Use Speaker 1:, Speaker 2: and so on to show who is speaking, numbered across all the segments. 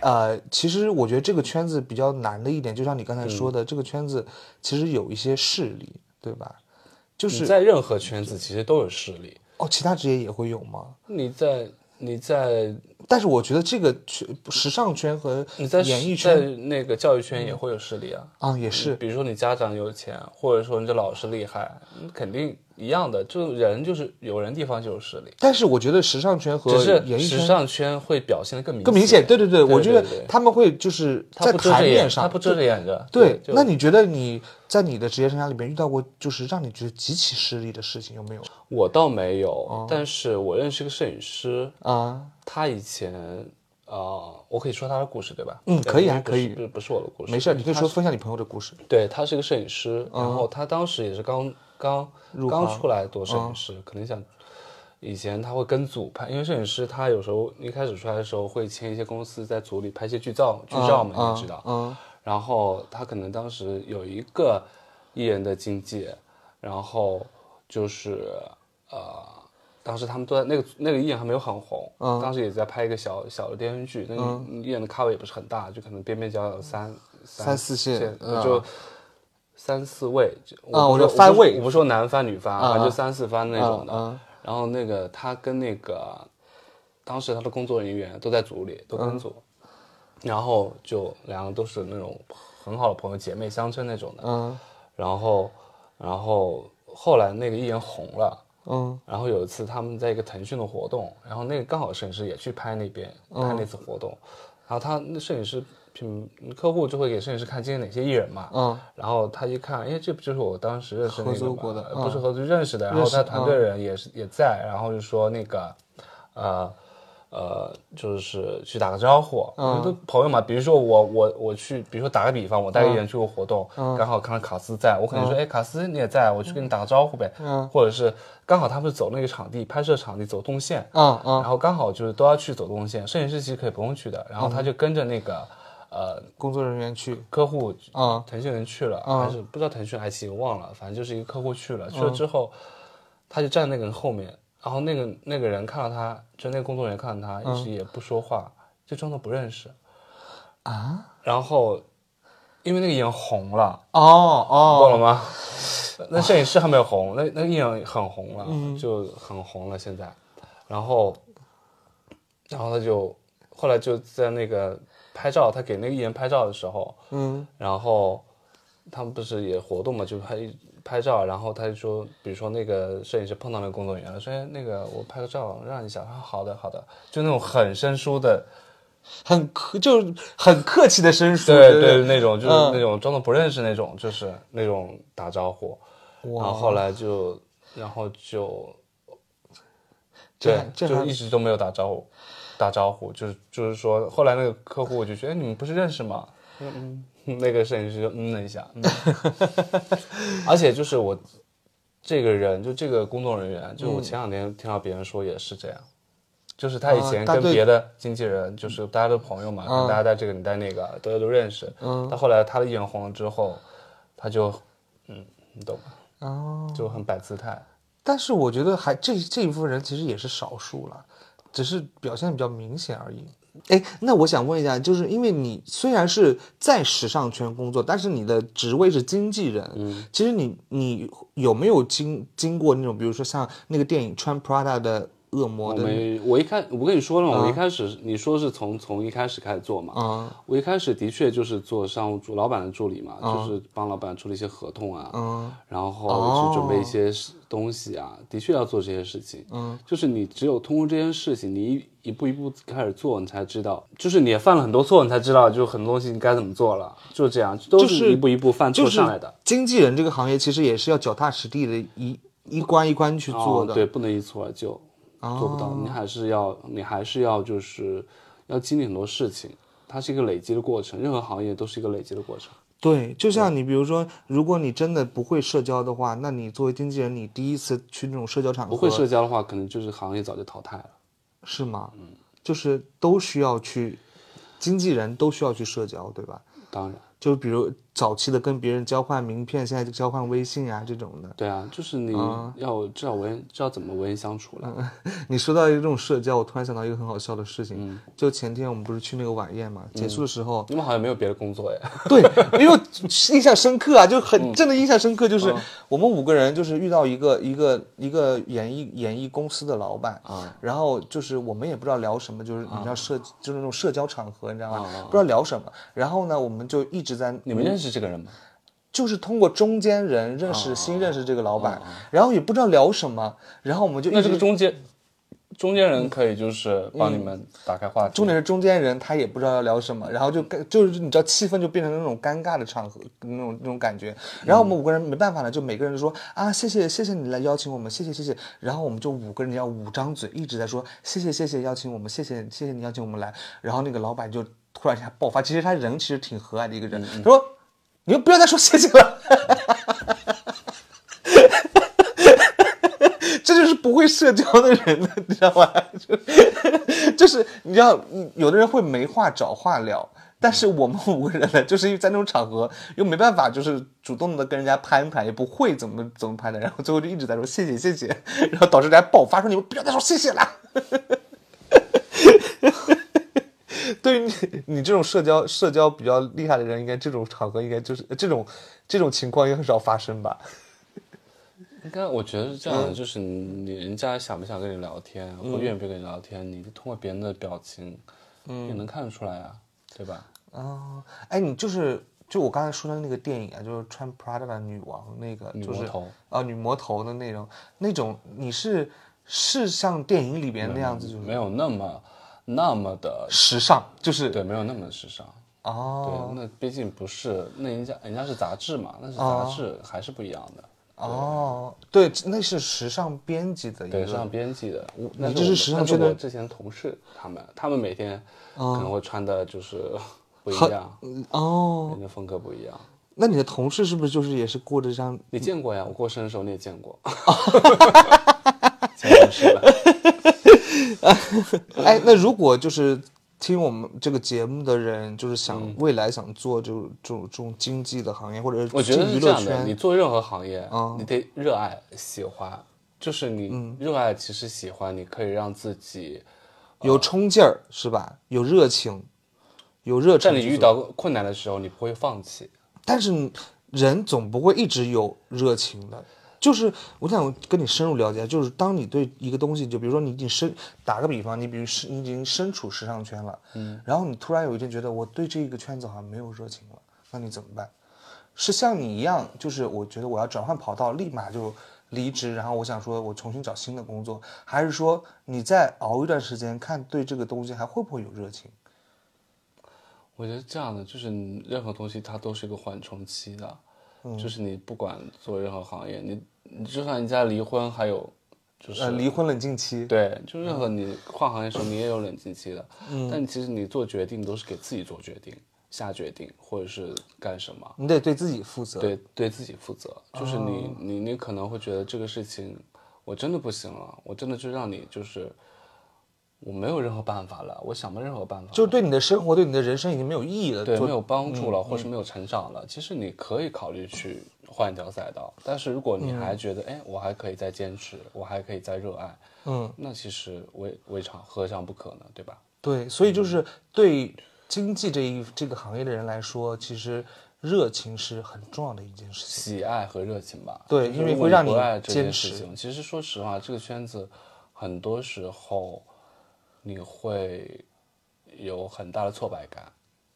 Speaker 1: 呃，其实我觉得这个圈子比较难的一点，就像你
Speaker 2: 嗯
Speaker 1: 刚才说的，这个圈子其实有一些势力，对吧？就是
Speaker 2: 你在任何圈子其实都有势力。
Speaker 1: 哦，其他职业也会有吗？
Speaker 2: 你在你在
Speaker 1: 但是我觉得这个圈、时尚圈和
Speaker 2: 你在
Speaker 1: 演艺
Speaker 2: 在
Speaker 1: 圈
Speaker 2: 那个教育圈也会有势力啊。
Speaker 1: 啊，也是
Speaker 2: 比如说你家长有钱，或者说你这老师厉害，嗯肯定一样的。就人就是有人地方就有势力，
Speaker 1: 但是我觉得时尚圈和
Speaker 2: 只是
Speaker 1: 演艺
Speaker 2: 时
Speaker 1: 圈
Speaker 2: 尚圈会表现的更明
Speaker 1: 更明显。对
Speaker 2: 对
Speaker 1: 对对，我觉得
Speaker 2: 对对
Speaker 1: 他们会就是
Speaker 2: 他
Speaker 1: 在
Speaker 2: 不遮着
Speaker 1: 台面
Speaker 2: 掩，
Speaker 1: 上，
Speaker 2: 他不遮着掩着。
Speaker 1: 对。
Speaker 2: 就
Speaker 1: 那你觉得你在你的职业生涯里面遇到过就是让你觉得极其失利的事情有没有
Speaker 2: 我倒
Speaker 1: 哦
Speaker 2: 没有，但是我认识一个摄影师，
Speaker 1: 啊？
Speaker 2: 他以前呃，我可以说他的故事对吧？
Speaker 1: 嗯
Speaker 2: 对
Speaker 1: 可以啊
Speaker 2: 因为不是
Speaker 1: 可以
Speaker 2: 不是不是我的故事，
Speaker 1: 没事，你可以说分享你朋友的故事。
Speaker 2: 对他是个摄影师，然后他当时也是刚刚刚出来做摄影师，可能想以前他会跟组拍，因为摄影师他有时候一开始出来的时候会签一些公司在组里拍一些剧照，剧照嘛你也知道，
Speaker 1: 嗯
Speaker 2: 然后他可能当时有一个艺人的经纪，然后就是呃，当时他们都在那个那个艺人还没有很红，
Speaker 1: 嗯
Speaker 2: 当时也在拍一个小小的电视剧，那个艺人的咖位也不是很大，就可能边边角角三
Speaker 1: 三四线嗯
Speaker 2: 就。三四位就
Speaker 1: 啊
Speaker 2: 不
Speaker 1: 我
Speaker 2: 说
Speaker 1: 就翻
Speaker 2: 不说
Speaker 1: 位
Speaker 2: 我不说男翻女翻，反正
Speaker 1: 啊
Speaker 2: 就三四翻那种的。
Speaker 1: 啊啊
Speaker 2: 然后那个他跟那个当时他的工作人员都在组里，
Speaker 1: 嗯
Speaker 2: 都跟组，然后就两个都是那种很好的朋友，姐妹相称那种的。
Speaker 1: 嗯
Speaker 2: 然后，然后后来那个艺人红了，
Speaker 1: 嗯
Speaker 2: 然后有一次他们在一个腾讯的活动，然后那个刚好摄影师也去拍那边
Speaker 1: 嗯
Speaker 2: 拍那次活动，然后他那摄影师品客户就会给摄影师看今天哪些艺人嘛，
Speaker 1: 嗯
Speaker 2: 然后他一看，哎，这不就是我当时认识那个
Speaker 1: 合作
Speaker 2: 嘛
Speaker 1: 过的嗯
Speaker 2: 呃不是合作认识的，然后他团队人也是也在，然后就说那个，呃。呃，就是去打个招呼，因为都朋友嘛。比如说我我我去，比如说打个比方，我带艺人去过活动，刚好看到卡斯在，我可能说，哎，卡斯你也在，我去跟你打个招呼呗。或者是刚好他们是走那个场地，拍摄场地走动线，
Speaker 1: 嗯嗯，
Speaker 2: 然后刚好就是都要去走动线，摄影师其实可以不用去的，然后他就跟着那个呃
Speaker 1: 工作人员去
Speaker 2: 客户
Speaker 1: 啊嗯
Speaker 2: 腾讯人去了，还是不知道腾讯爱奇艺我忘了，反正就是一个客户去了，去了之后，他就站那个人后面，然后那个那个人看到他，就那个工作人员看到他，
Speaker 1: 嗯
Speaker 2: 一直也不说话，就装作不认识，
Speaker 1: 啊
Speaker 2: 然后因为那个眼红了。
Speaker 1: 哦哦
Speaker 2: 懂了吗？哦那摄影师还没有红，那那艺人很红了，就很红了现在。然后，然后他就后来就在那个拍照，他给那个艺人拍照的时候，
Speaker 1: 嗯
Speaker 2: 然后他们不是也活动嘛，就拍拍照，然后他就说，比如说那个摄影师碰到那个工作人员了，说哎那个我拍个照让一下，他说好的好的，就那种很生疏的，
Speaker 1: 很客就是很客气的生疏，
Speaker 2: 对
Speaker 1: 对
Speaker 2: 对，那种就是
Speaker 1: 嗯
Speaker 2: 那种装作不认识那种，就是那种打招呼。然后后来就，然后就，
Speaker 1: 这
Speaker 2: 对
Speaker 1: 还，这
Speaker 2: 就
Speaker 1: 还
Speaker 2: 一直都没有打招呼，打招呼就是就是说，后来那个客户就觉得，哎，你们不是认识吗？嗯嗯，那个摄影师就嗯了一下，嗯 而且就是我这个人，就这个工作人员，就我前两天听到别人说也是这样。就是他以
Speaker 1: 嗯啊
Speaker 2: 前
Speaker 1: 他
Speaker 2: 跟
Speaker 1: 对
Speaker 2: 别的经纪人，就是大家都朋友嘛，可能大家带这个，你带那个，大家都认识。嗯，但后来他的眼红了之后，他就，嗯，你懂吗？
Speaker 1: 哦。
Speaker 2: 就很摆姿态。
Speaker 1: 但是我觉得还这这一部分人其实也是少数了，只是表现得比较明显而已。哎，那我想问一下，就是因为你虽然是在时尚圈工作，但是你的职位是经纪人，嗯，其实你你有没有经经过那种，比如说像那个电影《穿 Prada 的恶魔
Speaker 2: 我》
Speaker 1: 的
Speaker 2: 没，我一开，我跟你说了嘛，我一开始你说是从从一开始开始做嘛，
Speaker 1: 啊
Speaker 2: 我一开始的确就是做商务助老板的助理嘛，就是帮老板处理一些合同啊，
Speaker 1: 嗯
Speaker 2: 然后
Speaker 1: 哦
Speaker 2: 去准备一些事东西啊，的确要做这些事情。嗯，就是你只有通过这件事情，你一一步一步开始做，你才知道，就是你也犯了很多错，你才知道，就很多东西你该怎么做了，就这样，都
Speaker 1: 就是
Speaker 2: 是一步一步犯
Speaker 1: 就
Speaker 2: 错
Speaker 1: 是
Speaker 2: 上来的。
Speaker 1: 经纪人这个行业，其实也是要脚踏实地的一一关一关去做的，啊哦
Speaker 2: 哦对，不能一蹴而就，做不到。你还是要，你还是要，就是要经历很多事情，它是一个累积的过程，任何行业都是一个累积的过程。
Speaker 1: 对，就像你，比如说，如果你真的不会社交的话，那你作为经纪人，你第一次去那种社交场合，
Speaker 2: 不会社交的话，可能就是行业早就淘汰了。
Speaker 1: 是吗？就是都需要去经纪人都需要去社交，对吧？
Speaker 2: 当然，
Speaker 1: 就比如早期的跟别人交换名片，现在就交换微信啊这种的。
Speaker 2: 对啊，嗯就是你要知道为人，知道怎么为人相处了。
Speaker 1: 你说到这种社交，我突然想到一个很好笑的事情，
Speaker 2: 嗯
Speaker 1: 就前天我们不是去那个晚宴嘛，结束的时候，
Speaker 2: 你们好像没有别的工作哎。
Speaker 1: 对，因为我印象深刻啊，就
Speaker 2: 嗯
Speaker 1: 很真的印象深刻，就是我们五个人就是遇到一个一个一个演艺演艺公司的老板
Speaker 2: 啊，
Speaker 1: 然后就是我们也不知道聊什么，就是你知道社就是那种社交场合，你知道吗？不知道聊什么，然后呢，我们就一直在
Speaker 2: 啊你们认识这个人吗？
Speaker 1: 就是通过中间人认
Speaker 2: 啊
Speaker 1: 识新认识这个老板，然后也不知道聊什么，然后我们就一
Speaker 2: 那
Speaker 1: 直
Speaker 2: 这个中间中间人可以就是帮你们打开话题，
Speaker 1: 重点是中间人他也不知道要聊什么，然后就跟就是你知道气氛就变成那种尴尬的场合那种那种感觉。然后我们五个人没办法了，就每个人说啊谢谢谢谢你来邀请我们，谢谢谢谢。然后我们就五个人要五张嘴一直在说谢谢谢谢邀请我们，谢谢谢谢你邀请我们来。然后那个老板就突然一下爆发，其实他人其实挺和蔼的一个人，他说你就不要再说谢谢了。这就是不会社交的人了，你知道吗？就就是你知道，嗯有的人会没话找话聊，但是我们五个人呢，就是因为在那种场合又没办法，就是主动的跟人家攀谈，也不会怎么怎么攀谈，然后最后就一直在说谢谢谢 谢，然后导致人家爆发说你们不要再说谢谢了。 对于你你这种社交社交比较厉害的人，应该这种场合应该就是这种这种情况应该很少发生吧？
Speaker 2: 应该我觉得是这样的，就是你人家想不想跟你聊天，或愿不愿意跟你聊天，你通过别人的表情，也能看得出来啊，对吧？
Speaker 1: 哦，哎，你就是就我刚才说的那个电影啊，就是穿 Prada 的女王那个，
Speaker 2: 女
Speaker 1: 就
Speaker 2: 魔
Speaker 1: 是
Speaker 2: 头
Speaker 1: 啊女魔头的那种那种，你是是像电影里边那样子，就是
Speaker 2: 没有那么那么的，
Speaker 1: 时尚，就是
Speaker 2: 对，没有那么的时尚。
Speaker 1: 哦
Speaker 2: 对，那毕竟不是，那人家人家是杂志嘛，那是杂志还是不一样的。
Speaker 1: 哦，对，那是时尚编辑的一
Speaker 2: 对，时
Speaker 1: 个
Speaker 2: 尚编辑的，
Speaker 1: 嗯那
Speaker 2: 那
Speaker 1: 这是时尚圈
Speaker 2: 的。
Speaker 1: 的
Speaker 2: 那我之前同事他们，他们每天可能会穿的就是不一样，
Speaker 1: 哦，
Speaker 2: 人的风格不一样。
Speaker 1: 那你的同事是不是就是也是过着这样？
Speaker 2: 你见过呀？我过生日的时候你也 见过，见过是吧？
Speaker 1: 哎，那如果就是听我们这个节目的人，就是
Speaker 2: 嗯
Speaker 1: 想未来想做这种这种这种经济的行业，或者是
Speaker 2: 我觉得
Speaker 1: 进
Speaker 2: 是
Speaker 1: 娱
Speaker 2: 这
Speaker 1: 乐
Speaker 2: 样的，你
Speaker 1: 圈，哦
Speaker 2: 做任何行业，你得热爱、喜欢，就是
Speaker 1: 嗯
Speaker 2: 你热爱，其实喜欢，你可以让自己
Speaker 1: 有冲劲儿是吧？有热情，有热
Speaker 2: 在
Speaker 1: 忱
Speaker 2: 你
Speaker 1: 去
Speaker 2: 遇到困难的时候，你不会放弃。
Speaker 1: 但是人总不会一直有热情的。就是我想跟你深入了解，就是当你对一个东西，就比如说你已经身打个比方，你比如是你已经身处时尚圈了，嗯，然后你突然有一天觉得我对这个圈子好像没有热情了，那你怎么办？是像你一样，就是我觉得我要转换跑道，立马就离职，然后我想说我重新找新的工作，还是说你再熬一段时间，看对这个东西还会不会有热情？
Speaker 2: 我觉得这样的就是你任何东西它都是一个缓冲期的，
Speaker 1: 嗯
Speaker 2: 就是你不管做任何行业，你你就算人家离婚，还有就是、
Speaker 1: 呃，离婚冷静期，
Speaker 2: 对，就任何你跨行业的时候，你也有冷静期的。
Speaker 1: 嗯
Speaker 2: 但其实你做决定都是给自己做决定、下决定，或者是干什么，
Speaker 1: 你得对自己负责。
Speaker 2: 对对自己负责。就是你、
Speaker 1: 哦
Speaker 2: 你你可能会觉得这个事情我真的不行了，我真的就让你就是我没有任何办法了，我想不到任何办法了，
Speaker 1: 就是对你的生活、对你的人生已经没有意义了。
Speaker 2: 对，
Speaker 1: 做嗯
Speaker 2: 没有帮助了，或是没有成长了，其实你可以考虑去换一条赛道。但是如果
Speaker 1: 嗯
Speaker 2: 你还觉得，哎，我还可以再坚持，我还可以再热爱，
Speaker 1: 嗯，
Speaker 2: 那其实未未尝何尝不可呢？对吧？
Speaker 1: 对，所以
Speaker 2: 嗯
Speaker 1: 就是对经济这一这个行业的人来说，其实热情是很重要的一件事情。
Speaker 2: 喜爱和热情吧，
Speaker 1: 对
Speaker 2: 就是
Speaker 1: 因为会
Speaker 2: 如果
Speaker 1: 让
Speaker 2: 不
Speaker 1: 你
Speaker 2: 爱这件
Speaker 1: 坚
Speaker 2: 事
Speaker 1: 持
Speaker 2: 情。其实说实话，这个圈子很多时候你会有很大的挫败感，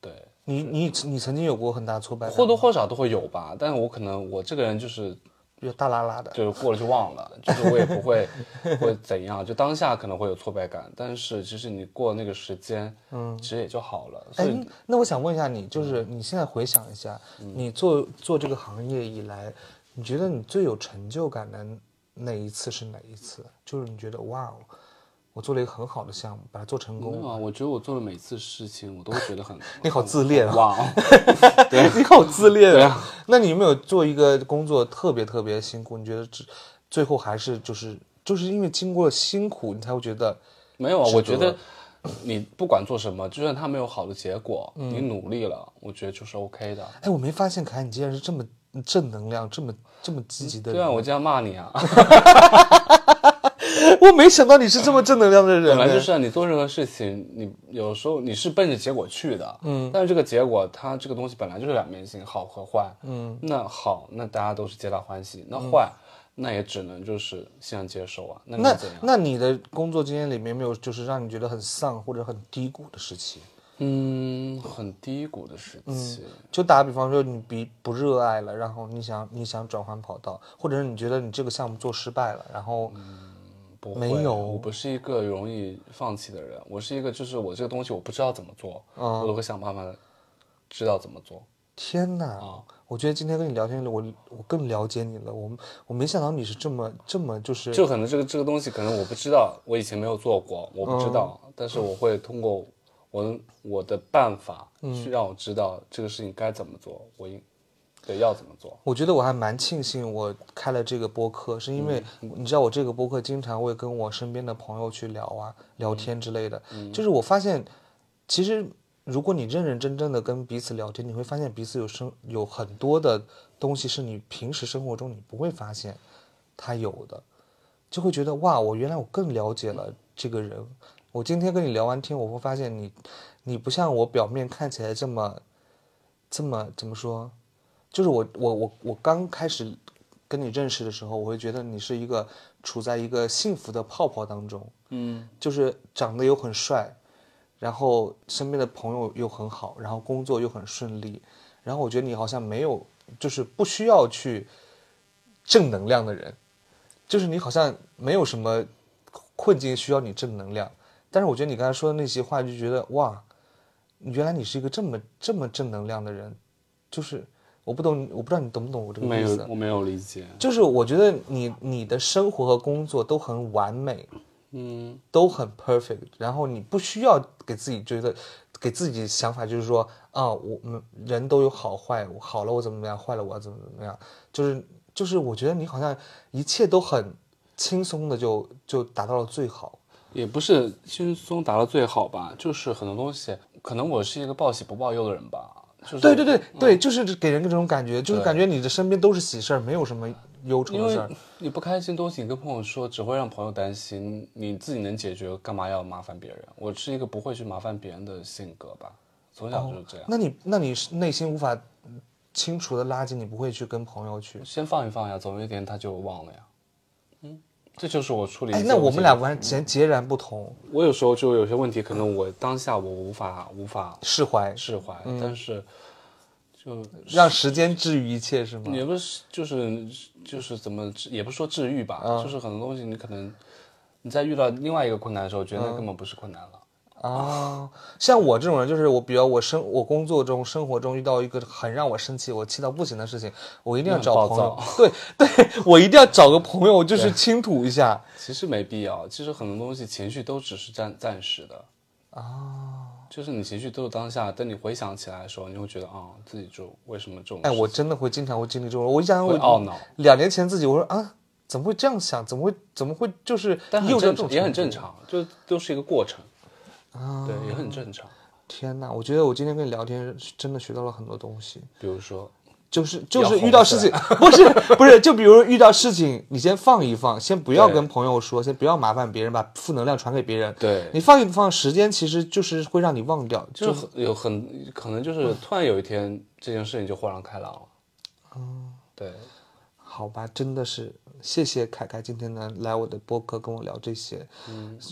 Speaker 2: 对，
Speaker 1: 你你你曾经有过很大挫败感
Speaker 2: 或
Speaker 1: 吗，
Speaker 2: 多或少都会有吧。但是我可能我这个人就是
Speaker 1: 比较大拉拉的。
Speaker 2: 就是过了就忘了，就是我也不会会怎样，就当下可能会有挫败感，但是其实你过那个时间，嗯，其实也就好了。所
Speaker 1: 哎
Speaker 2: 以，嗯
Speaker 1: 那我想问一下你，就是你现在回想一下，你做做这个行业以来，你觉得你最有成就感的哪一次是哪一次？就是你觉得哇哦，我做了一个很好的项目，把它做成
Speaker 2: 没
Speaker 1: 功
Speaker 2: 有
Speaker 1: 了。
Speaker 2: 啊，我觉得我做的每次事情，我都会觉得很
Speaker 1: 你好自恋啊！
Speaker 2: 哇，
Speaker 1: 对，你好自恋啊！那你有没有做一个工作特别特别辛苦？你觉得这最后还是就是就是因为经过辛苦，你才会觉得
Speaker 2: 没有啊，我觉得你不管做什么，就算他没有好的结果，你努力了，我觉得就是 OK 的。
Speaker 1: 哎，我没发现凯，你竟然是这么正能量、这么这么积极的人。
Speaker 2: 对啊，我这样骂你啊，
Speaker 1: 啊 我嗯没想到你是这么正能量的人。
Speaker 2: 本来就是啊，你做任何事情，你有时候你是奔着结果去的，嗯，但是这个结果它这个东西本来就是两面性，好和坏，嗯，那好，那大家都是皆大欢喜，那
Speaker 1: 嗯
Speaker 2: 坏。那也只能就是欣然接受啊。那
Speaker 1: 那
Speaker 2: 怎样？
Speaker 1: 那你的工作经验里面没有就是让你觉得很丧或者很低谷的时期？
Speaker 2: 嗯，很低谷的时
Speaker 1: 嗯
Speaker 2: 期。
Speaker 1: 就打个比方说，你比不热爱了，然后你想你想转换跑道，或者是你觉得你这个项目做失败了，然后
Speaker 2: 不
Speaker 1: 没
Speaker 2: 会啊
Speaker 1: 有
Speaker 2: 我不是一个容易放弃的人。我是一个，就是我这个东西我不知道怎么做，
Speaker 1: 啊
Speaker 2: 我都会想办法知道怎么做。啊
Speaker 1: 天哪！我觉得今天跟你聊天，我我更了解你了。我我没想到你是这么这么就是
Speaker 2: 就可能这个这个东西，可能我不知道，我以前没有做过，我不知
Speaker 1: 嗯
Speaker 2: 道，但是我会通过我我的办法
Speaker 1: 嗯
Speaker 2: 去让我知道这个事情该怎么做，我应对要怎么做。
Speaker 1: 我觉得我还蛮庆幸我开了这个播客，是因为你知道我这个播客经常会跟我身边的朋友去聊啊、聊天之类的。就是我发现，其实如果你认认真真的跟彼此聊天，你会发现彼此有生有很多的东西是你平时生活中你不会发现他有的，就会觉得哇，我原来我更了解了这个人。我今天跟你聊完天，我会发现你，你不像我表面看起来这么，这么怎么说？就是我我我我刚开始跟你认识的时候，我会觉得你是一个处在一个幸福的泡泡当中，
Speaker 2: 嗯，
Speaker 1: 就是长得又很帅，然后身边的朋友又很好，然后工作又很顺利，然后我觉得你好像没有，就是不需要去正能量的人，就是你好像没有什么困境需要你正能量，但是我觉得你刚才说的那些话，就觉得哇，原来你是一个这么这么正能量的人，就是我不懂，我不知道你懂不懂我这个
Speaker 2: 没
Speaker 1: 意
Speaker 2: 有，
Speaker 1: 思，
Speaker 2: 我没有理解。
Speaker 1: 就是我觉得你你的生活和工作都很完美，
Speaker 2: 嗯，
Speaker 1: 都很 perfect，然后你不需要给自己觉得，给自己想法就是说啊，我们人都有好坏，我好了我怎么怎么样，坏了我要怎么怎么样，就是就是我觉得你好像一切都很轻松的就就达到了最好，
Speaker 2: 也不是轻松达到最好吧，就是很多东西，可能我是一个报喜不报忧的人吧，就是嗯
Speaker 1: 对对对对，就是给人这种感觉，就是感觉你的身边都是喜事儿，没有什么忧愁
Speaker 2: 因
Speaker 1: 的事
Speaker 2: 为
Speaker 1: 儿。
Speaker 2: 你不开心的东西，你跟朋友说，只会让朋友担心。你自己能解决，干嘛要麻烦别人？我是一个不会去麻烦别人的性格吧，从小嗯就是这样。
Speaker 1: 那你那你是内心无法清除的垃圾，你不会去跟朋友去。
Speaker 2: 先放一放呀，总有一天他就忘了呀。嗯，这就是我处理一
Speaker 1: 哎
Speaker 2: 些问，题。
Speaker 1: 那我们俩完全截然不同，
Speaker 2: 我有时候就有些问题，可能我当下我无法无法
Speaker 1: 释怀，
Speaker 2: 释怀，
Speaker 1: 嗯
Speaker 2: 但是就
Speaker 1: 让时间治愈一切，是吗？
Speaker 2: 也不是，就是就是怎么治，也不是说治愈吧，
Speaker 1: 嗯
Speaker 2: 就是很多东西你可能你在遇到另外一个困难的时候，觉得那根本不是困难了。
Speaker 1: 啊，像我这种人，就是我，比如我生我工作中、生活中遇到一个很让我生气、我气到不行的事情，我一定要
Speaker 2: 很
Speaker 1: 找
Speaker 2: 暴
Speaker 1: 朋友。对对， 我一定要找个朋友，就是倾吐一下。
Speaker 2: 其实没必要，其实很多东西情绪都只是暂暂时的啊，就是你情绪都是当下，等你回想起来的时候，你会觉得啊、自己就为什么这种
Speaker 1: 哎，
Speaker 2: 事
Speaker 1: 我真的会经常会经历这种，我一想想
Speaker 2: 会
Speaker 1: 我
Speaker 2: 懊恼，
Speaker 1: 两年前自己，我说啊，怎么会这样想？怎么会怎么会就是
Speaker 2: 但很
Speaker 1: 又
Speaker 2: 正
Speaker 1: 这种
Speaker 2: 常，也很
Speaker 1: 程
Speaker 2: 正
Speaker 1: 度。
Speaker 2: 常，就都是一个过程啊，对，也很正常。
Speaker 1: 天哪，我觉得我今天跟你聊天真的学到了很多东西。
Speaker 2: 比如说，
Speaker 1: 就是就
Speaker 2: 要
Speaker 1: 是
Speaker 2: 哄
Speaker 1: 遇到事情，不是不是，就比如遇到事情，你先放一放，先不要
Speaker 2: 对
Speaker 1: 跟朋友说，先不要麻烦别人，把负能量传给别人。
Speaker 2: 对
Speaker 1: 你放一放，时间其实就是会让你忘掉。就
Speaker 2: 就是很有很可能就是突然有一天这件事情就豁然开朗了，
Speaker 1: 哦
Speaker 2: 嗯，对。
Speaker 1: 好吧，真的是谢谢凯凯今天能来我的播客跟我聊这些，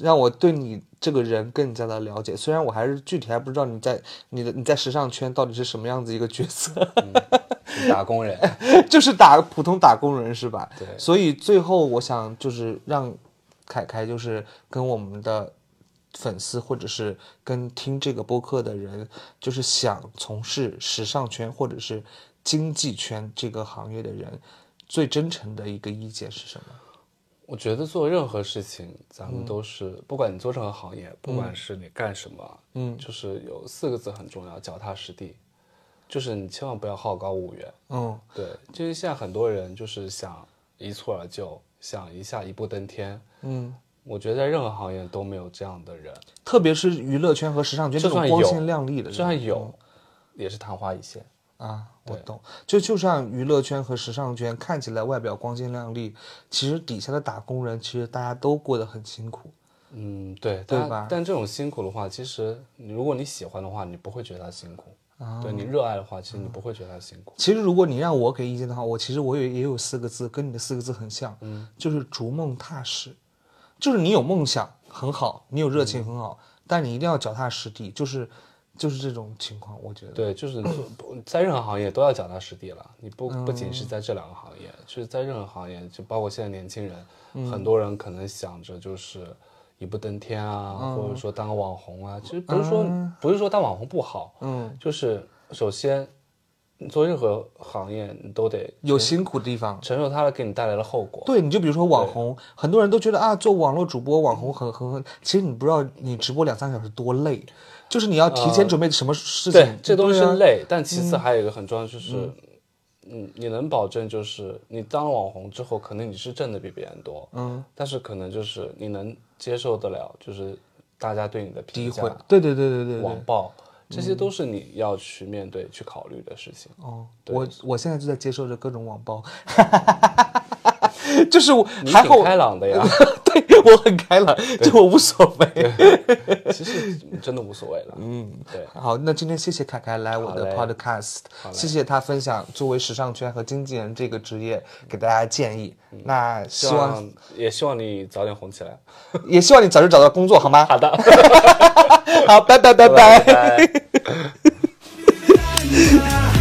Speaker 1: 让我对你这个人更加的了解。虽然我还是具体还不知道你在你的你在时尚圈到底是什么样子一个角色，
Speaker 2: 是打工人，
Speaker 1: 就是打普通打工人是吧？
Speaker 2: 对
Speaker 1: 所以最后我想就是让凯凯就是跟我们的粉丝或者是跟听这个播客的人，就是想从事时尚圈或者是经济圈这个行业的人，最真诚的一个意见是什么？
Speaker 2: 我觉得做任何事情，咱
Speaker 1: 嗯
Speaker 2: 们都是，不管你做任何行业，不管是你干什么，
Speaker 1: 嗯
Speaker 2: 就是有四个字很重要，脚踏实地，就是你千万不要好高骛远。
Speaker 1: 嗯
Speaker 2: 对，就是现在很多人就是想一蹴而就，想一下一步登天，
Speaker 1: 嗯
Speaker 2: 我觉得在任何行业都没有这样的人，
Speaker 1: 特别是娱乐圈和时尚圈这
Speaker 2: 就
Speaker 1: 种
Speaker 2: 算
Speaker 1: 光
Speaker 2: 有
Speaker 1: 鲜亮丽的人，
Speaker 2: 就算有，也是昙花一现。
Speaker 1: 啊，我懂，就就像娱乐圈和时尚圈看起来外表光鲜亮丽，其实底下的打工人，其实大家都过得很辛苦。
Speaker 2: 嗯，
Speaker 1: 对
Speaker 2: 对，但
Speaker 1: 吧
Speaker 2: 但这种辛苦的话，其实你如果你喜欢的话，你不会觉得它辛苦。对你热爱的话，其实你不会觉得它辛苦。
Speaker 1: 其实如果你让我给意见的话，我其实我有也有四个字，跟你的四个字很像，嗯，就是逐梦踏实，就是你有梦想很好，你有热情很好，但你一定要脚踏实地，就是就是这种情况，我觉得。
Speaker 2: 对，就是做不在任何行业都要脚踏实地了。你不不仅是在这两个行业，就是在任何行业，就包括现在年轻人，很多人可能想着就是一步登天啊，或者说当个网红啊。其实不是说、不是说当网红不好，
Speaker 1: 嗯，
Speaker 2: 就是首先你做任何行业，你都得
Speaker 1: 有辛苦的地方。
Speaker 2: 承受它给你带来的后果。
Speaker 1: 对，你就比如说网红，很多人都觉得啊，做网络主播、网红很很很，其实你不知道你直播两三个小时多累，就是你要提前准备什么事情。
Speaker 2: 嗯对，这东西
Speaker 1: 对啊
Speaker 2: 是累，但其次还有一个很重要的就是，嗯，你能保证就是你当了网红之后，可能你是挣的比别人多，嗯，但是可能就是你能接受得了，就是大家对你的
Speaker 1: 诋
Speaker 2: 评
Speaker 1: 毁
Speaker 2: 价、。
Speaker 1: 对对对对对对
Speaker 2: 网。暴，这些都是你要去面对、去考虑的事情。
Speaker 1: 哦，我我现在就在接受着各种网暴， 就是我
Speaker 2: 你
Speaker 1: 还好
Speaker 2: 挺
Speaker 1: 我，
Speaker 2: 开朗啊的 呀，
Speaker 1: 对我很开朗，就我无所谓。
Speaker 2: 其实真的无所谓了。嗯，对，
Speaker 1: 好，那今天谢谢凯凯来我的
Speaker 2: 好嘞
Speaker 1: podcast，谢谢他分享作为时尚圈和经纪人这个职业给大家建议。那希
Speaker 2: 嗯希
Speaker 1: 望
Speaker 2: 望也希望你早点红起来。
Speaker 1: 也希望你早日找到工作，好吗？
Speaker 2: 好的，
Speaker 1: 好，拜拜拜拜。
Speaker 2: 拜拜。
Speaker 3: Bye.